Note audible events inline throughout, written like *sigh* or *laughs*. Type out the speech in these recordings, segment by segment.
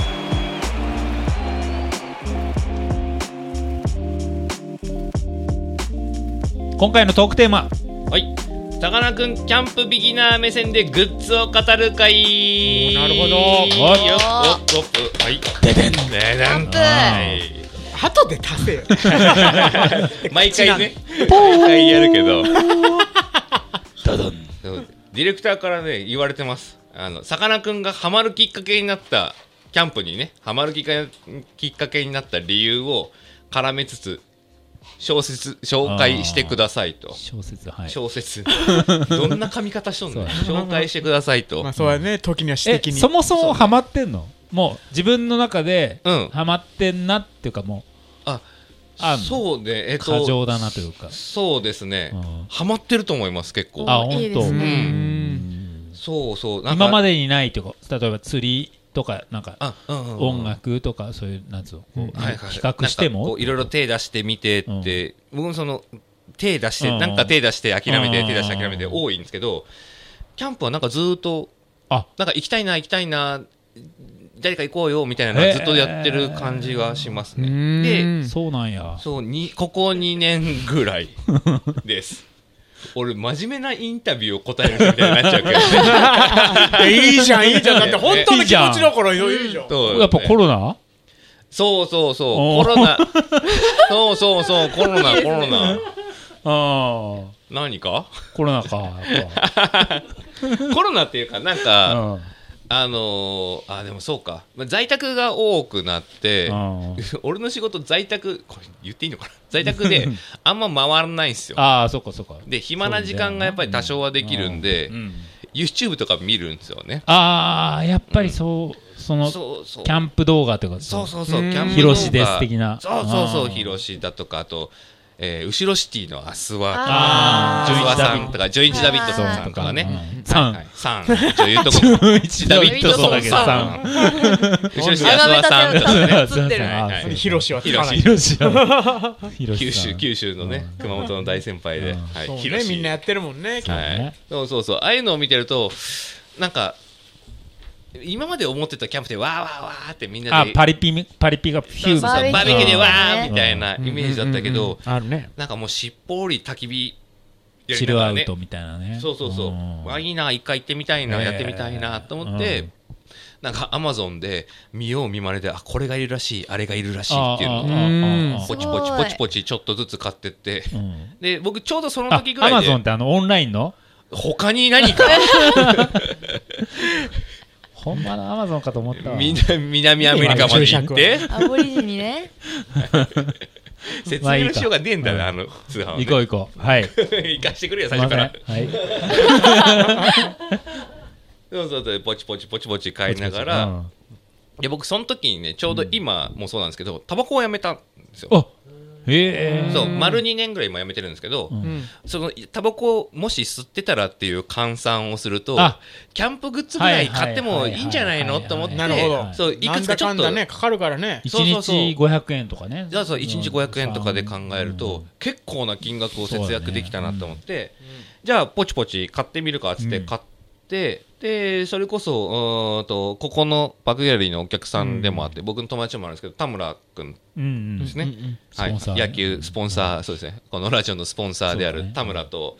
*laughs* Hey! 今回のトークテーマはい。さかなクン、キャンプビギナー目線でグッズを語る会。おーなるほどよっ、よっ、おーよっ、はい。ででん。ででん。はい後で足せよ。毎回ね、毎回やるけど。 *laughs* そうディレクターからね、言われてます。あの、さかなクンがハマるきっかけになった、キャンプにね、ハマるきっかけきっかけになった理由を絡めつつ、小説、紹介してくださいと。小説はい小説。 *laughs* どんな髪型しとん *laughs* の紹介してくださいと。 *laughs* まあそうやね、時には私え的に。そもそもハマってんのもう自分の中でうんハマってんなっていうかもああんのそうで、えっと、過剰だなというかそうですねうん。ハマってると思います、結構。あいい本で当すうね。ん。そうそう。なんか今までにないとか例えば釣りとかなんかあ、うんうんうん音楽とかそういうなんつうのこうはい比はい較してなんかこもういろいろ手出してみてって、僕もその手出して、なんか手出して諦めうてん手出して諦めて多いんですけどキャンプはなんかずーっとあなんか行きたいな行きたいな誰か行こうよみたいなのがずっとやってる感じがしますうね、んでそうなんやそうにここ2年ぐらいです *laughs* 俺真面目なインタビューを答える人みたいになっちゃうけどねえいいじゃん、いいじゃん。だって本当の気持ちの頃、いいじゃん。そ *laughs* うやっぱコロナそうそうそうおコーロナそうそうそうコロナコロナああ何かコロナかやっコロナっていうか、なんぱか、うんあのー、あ、でもそうか。まあ在宅が多くなって、うん俺の仕事在宅、これ言っていいのかな在宅 *laughs* であんま回らないんですよ。ああそっかそっかで、暇な時間がやっぱり多少はできるんで、うん YouTube とか見るんですよね。ああやっぱりそうそのキそうそう。ャンプ動画とかそうそうそう、うんキャンプヒロシです的なそうそうそあう、ーヒロシだとか、あと、えー、後ろシティのアスワ、あーアスジョイチワダさビッんドとか、ジョイチ・ダビッドソンさんとかね。さんはいはいさん、女優とか。一ダビッドソンだけどさん。後ろに安田さんとかね。映ってるはいはいヒロシはつかない。広島。九州、州。九州のね、熊本の大先輩で。うんはいそうね広、志みんなやってるもんね。うはねい。そうそうそう。ああいうのを見てると、なんか、今まで思ってたキャンプでわーわーわーってみんなあで、、パリピ、パリピがヒューそうそうババーーベベキューキューでわねーみたいなイメージだったけど、あるね。なんかもうしっぽり焚き火やチりなルがアらねウトみたいなね。そうそうそう。わ、いいな、一回行ってみたいな、やってみたいなと思っうてん、なんかアマゾンで見よう見まねで、あ、これがいるらしい、あれがいるらしいあっていうのをああポチポチポチポチちょっとずつ買ってって、で僕ちょうどそのあ時ぐアらマいでゾンってあのオンラインの他に何 *laughs* かほんまのアマゾンかと思った。みんな南アメリカまで行ってアボリジニね。説明のしようがねえんだなあの通販はね行こう行こう。はい。す行かしてくれよい最ま初せん。かはらい。そうそうそうポチポチポチポチ買いながうらんで僕その時にねちょうど今もそうなんですけどタバコをやめたんですよあ、へえ。そう丸2年ぐらい今やめてるんですけどうん。そのタバコをもし吸ってたらっていう換算をするとあキャンプグッズぐらい買ってもいいんじゃないのと思ってなるほど。そういくつかちょなっんとだかんだね、かかるからね。一そうそうそう日500円とかね。じゃあそう1日500円とかで考えるうとん結構な金額を節約できたなと思って、うんじゃあポチポチ買ってみるかっつってうん買って、でそれこそうーんとここのバックギャラリーのお客さんでもあって、僕の友達でもあるんですけど田村君うんうんですね、はスポンサーい、ね野球スポンサー、そうですねこのラジオのスポンサーであそうだるね田村と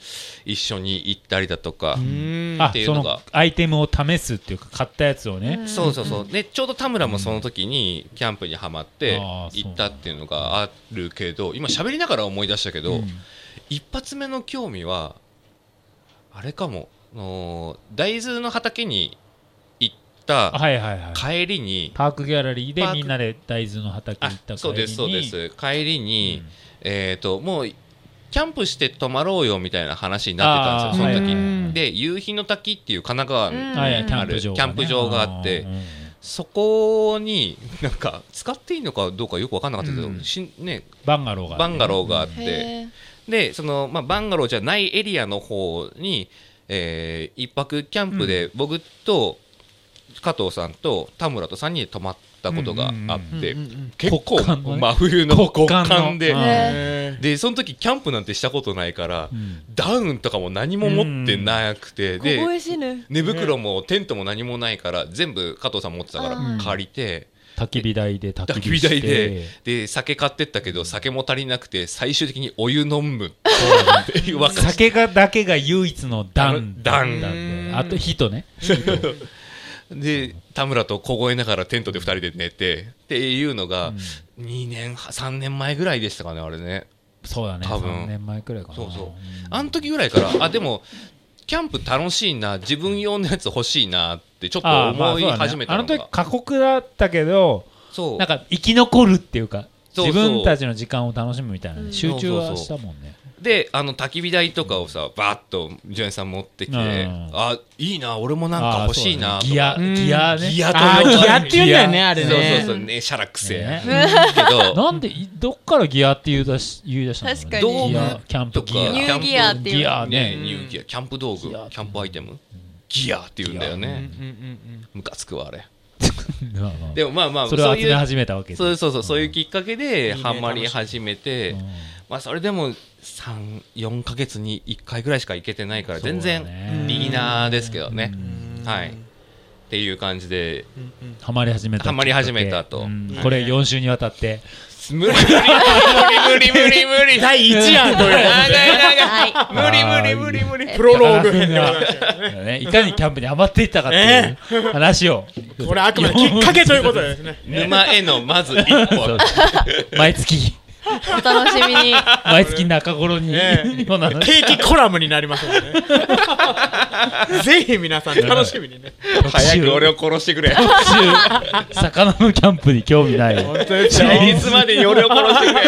一緒に行ったりだとか、うん。あって、いうそののがアイテムを試すっていうか、買ったやつをね。そうそうそうでちょうど田村もその時にキャンプにはまってあーそう行ったっていうのがあるけど今喋りながら思い出したけど、うん一発目の興味はあれかもあのー大豆の畑に行っあたはいはいはい。帰りにパークギャラリーでパークみんなで大豆の畑行あった帰りにそうですそうです帰りに、うんえっ、ともうキャンプして泊まろうよみたいな話になってたんですよその時、あーうんで夕日の滝っていう神奈川にうんはいはいキャあンプるキ場がねャンプ場があってうんうんそこになんか使っていいのかどうかよく分かんなかったけど、うんしね、バンガローがあバるンガローがあって、へえ。でその、まあ、バンガローじゃないエリアの方に、えー一泊キャンプで僕と加藤さんと田村と3人で泊まったことがあって、結構極寒のね真冬の極極寒の寒でうんえでその時キャンプなんてしたことないから、んダウンとかも何も持ってなくて、凍でえ死ぬ。寝袋もテントも何もないから全部加藤さん持ってたかうらん借りて焚き火台で焚焚きき火火して台でで酒買ってったけど酒も足りなくて最終的にお湯飲むっていう *laughs* 若さ酒がだけが唯一の段段だったんであと火とねで田村と凍えながらテントで2人で寝てっていうのが2年3年前ぐらいでしたかねあれねそうだね多分3年前くらいかなそうそうあの時ぐらいからあでもキャンプ楽しいな自分用のやつ欲しいなってちょっとあーまあ思い始めたのそうだねあのが時過酷だったけどそうなんか生き残るっていうかそう自そう分たちの時間を楽しむみたいなうねん集中そはうそうしそたうもんねであの焚き火台とかをさバーッとジュエンさん持ってきて、うんあいいな俺もなんか欲しいなあーとそうだかねギアギアねギアとあ呼ばれーるギアって言うんだよねあそれうねそうそうねシャラくせえ、ねけ *laughs* どなんでいどっからギアって言い出し言い出したの確かにギアキャンプとギかア *laughs* ニューギアっていう。ギアねねニューギアキャンプ道具キギアャンプアイテムギアって言うんだよえねムカつくわあれまあまあでもまあまあそれをそう集いめう始めたわけでそうそうそうそういうきっかけでいいねハマり始めて、まあそれでも34か月に1回ぐらいしか行けてないから全そうだ然ねビギナーですけどねうんはいっていう感じでハマり始めたハマり始めたとうんこれ4週にわたって無理無理無理無理無理無理第1 *laughs* 案という長い長いは無理無理無理無理プロローグ高田編君 *laughs* でございまがしたねいかにキャンプにハマっていったかっていう話をこれあくまできっかけということですね沼へのまず一そう歩毎月お楽しみに。毎月中頃にえこんなの定期コラムになりますのでねぜひ皆さん楽しみにね早く俺を殺してくれ *laughs* 特集魚のキャンプに興味ない *laughs* い *laughs* つまでに俺を殺してくれ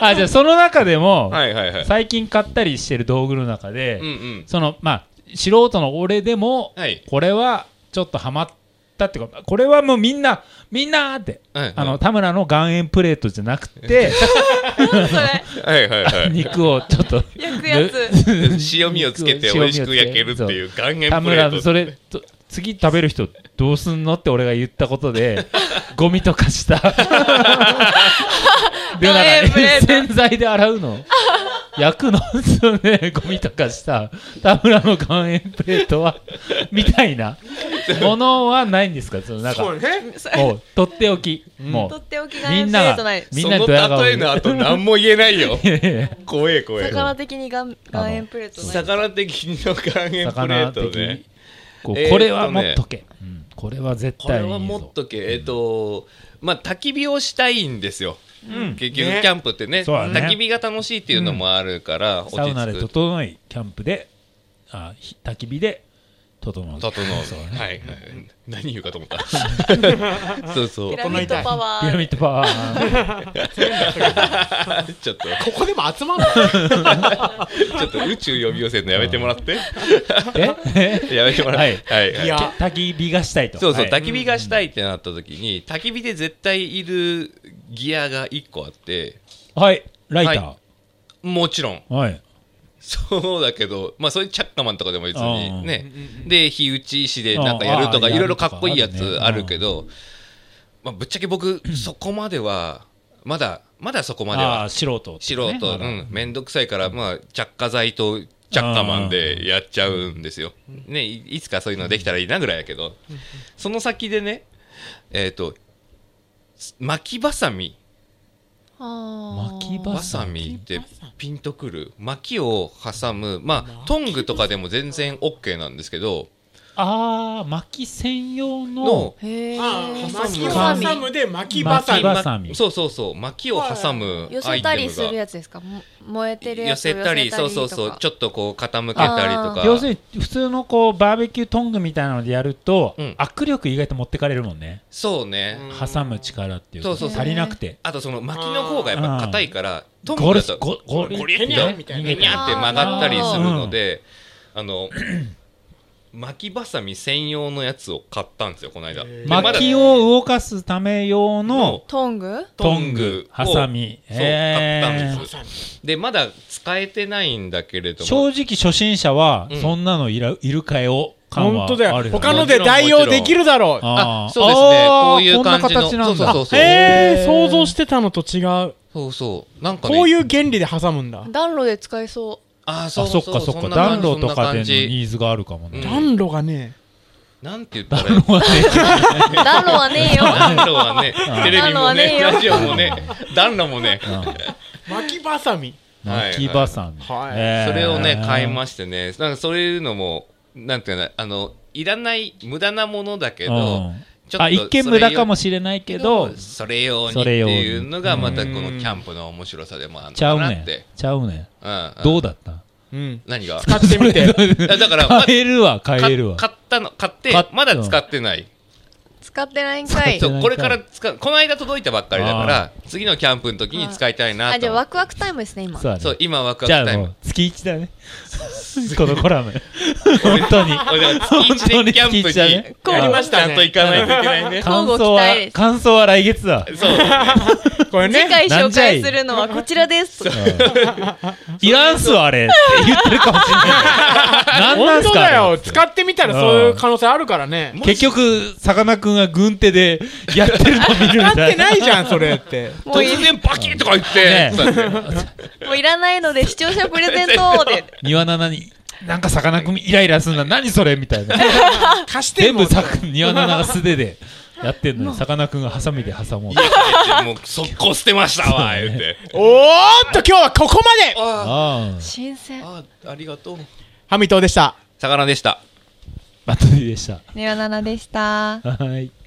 あじゃあその中でもはいはいはい最近買ったりしてる道具の中でうんうんそのまあ素人の俺でもはいこれはちょっとハマったってことこれはもうみんなみんなーって *laughs* はいあの田村の岩塩プレートじゃなくてそれ。はいはいは *laughs* 肉をちょっと焼くやつ。い *laughs* 塩味をつけ *laughs* て美味しく焼けるってそういう岩塩田プレ村のートそれと次食べる人どうすんのって俺が言ったこと *laughs* でゴミとかしたで岩塩プレート洗剤で洗うの焼くのそうねゴミとかした田村の岩塩プレートはみたい *laughs* なものはないんですかそのなんかそうねそもれうとっておきもとうっておきがみんプレなートがない。みんそなのにドヤ顔例えでの後何も言えない *laughs* よ怖え怖え魚的にがん岩塩プレートない。魚的の岩塩プレ魚ートね的こえーうっとねこれは持っとけうんこれは絶これ対はにい持いっぞとけ、えっ、と、まあ、焚き火をしたいんですよ、結局、キねャンプってねそうだね焚き火が楽しいっていうのもあるから、落サウナでち着く整いキャンプであひ焚き火で整う整うそうねはい、はい、何言うかと思った *laughs* そうそうピラミッドパワピラミッー。ドパワー *laughs* ちょっとここでも集まんのちょっと宇宙呼び寄せるのやめてもらってえやめてもらってはい、はいいや *laughs* 焚き火がしたいとそうそう、はい焚き火がしたいってなった時に焚き火で絶対いるギアが1個あってはいライタもちろん *laughs* ーはいそうだけど、まあ、そういうチャッカマンとかでも別あーにね、で、火打ち石でなんかやるとあか、ーいろいろかっこいいややるとつかああるねるけど、まあ、ぶっちゃ *laughs* け僕、そこまでは、まだ、まだそこまでああは、素人って素こと人、ねまうだん、めんどくさいから、まあ、着火剤と着火マンでやっちゃうんですよ。ね、いいつかそういうのできたらいいなぐらいやけど、その先でね、えっと、巻きばさみ。あ巻きー場わさびってピンとくる巻きを挟むまあトングとかでも全然 OK なんですけどああ薪専用ののへえ。あー巻きをハサミ挟むで巻きばさ巻きばさみみそうそうそう巻きを挟む寄アせイたテりムするがやつですかも燃えてるや寄つをせたりそうそうそうちょっょっとこう傾けたりとあか要するに普通のこうバーベキュートングみたいなのでやるとうん握力意外と持ってかれるもんねそうね挟む力っていうそうかそうそう足りなくてあとその巻きの方がやっぱ硬いからトンゴリグだスとゴゴリゴゴリリッゴリとみたニいな *clears throat* ャニャって曲がったりするのであの巻きばさみ専用のやつを買ったんですよこの間へでーまだ薪を動かすため用のトングトング、をハサミ。そう買ったんでえすーよでまだ使えてないんだけれども正直初心者はうん、そんなのいら、いるかよ、感は本当だあるよ。よね他ので代用できるだろう。あーそうですねあーこういう感じこのんな形なんだそうそうそうえー、想像してたのと違う。そうそうなんかねこういう原理で挟むんだ。暖炉で使えそあーそあうそそうっかそっかんな感暖じ炉とかでのそんな感じニーズがあるかもね、うん暖炉がね、なんて言った暖らいいの *laughs* 炉はねう。暖暖炉はねえよ。炉はねうん *laughs* テレビ暖炉もはねねえよラジオもね暖炉もね *laughs* 巻きばさみ。うんはい巻きばさみ、はいえーそれをね買いましてねなんかそういうのもなんていうのあのいらない無駄なものだけど、うんちょっとあ一見無駄かもしれないけどそれ用にっていうのがまたこのキャンプの面白さでもあるのちゃかうなっねて、ちゃうねうんうんどうだったうん。何が *laughs* 使ってみて。いやだから、ま買えるわ買えるわ買ったの買って買ったまだ使ってない、 *laughs* 使ってないんかい使っ。てそうこれから使うこの間届いたばっかりだから次のキャンプの時に使いたいなあ、じゃと思っあワてクワクタイムですね、今。そうだねそう今ワクじゃワあクタイも *laughs* ムう月一だねこのコラム本当に俺だから月一でキャ本当にンプ月一だねにやりましちゃたんとね行。かないといけないね感交互期想は待です感想は来月だ *laughs* そうこれ次ね。回紹介するのはこちらです。いらんすわあれって言ってるかもしれないなんなん本す当かあだれよ。使ってみたらそういう可能性あるからね。結局、さかなクンが軍手でやってるの見るみ使ったていなな。いじゃん、それって。もうい突然バキッとか言って、ねそうやってもういらないので視聴者プレゼントで。庭菜に、なんかさかなクンイライラすんな、何それみたいな。貸して全も部う。さ庭菜が素手でやってんのに、さかなクンがハサミで挟もうと。もう速攻捨てましたわ言っておーっと、今日はここまであああ、新 *laughs* 鮮。あありがとうハミトでした。魚でしたバトルでした。ネオナナでしはた。い。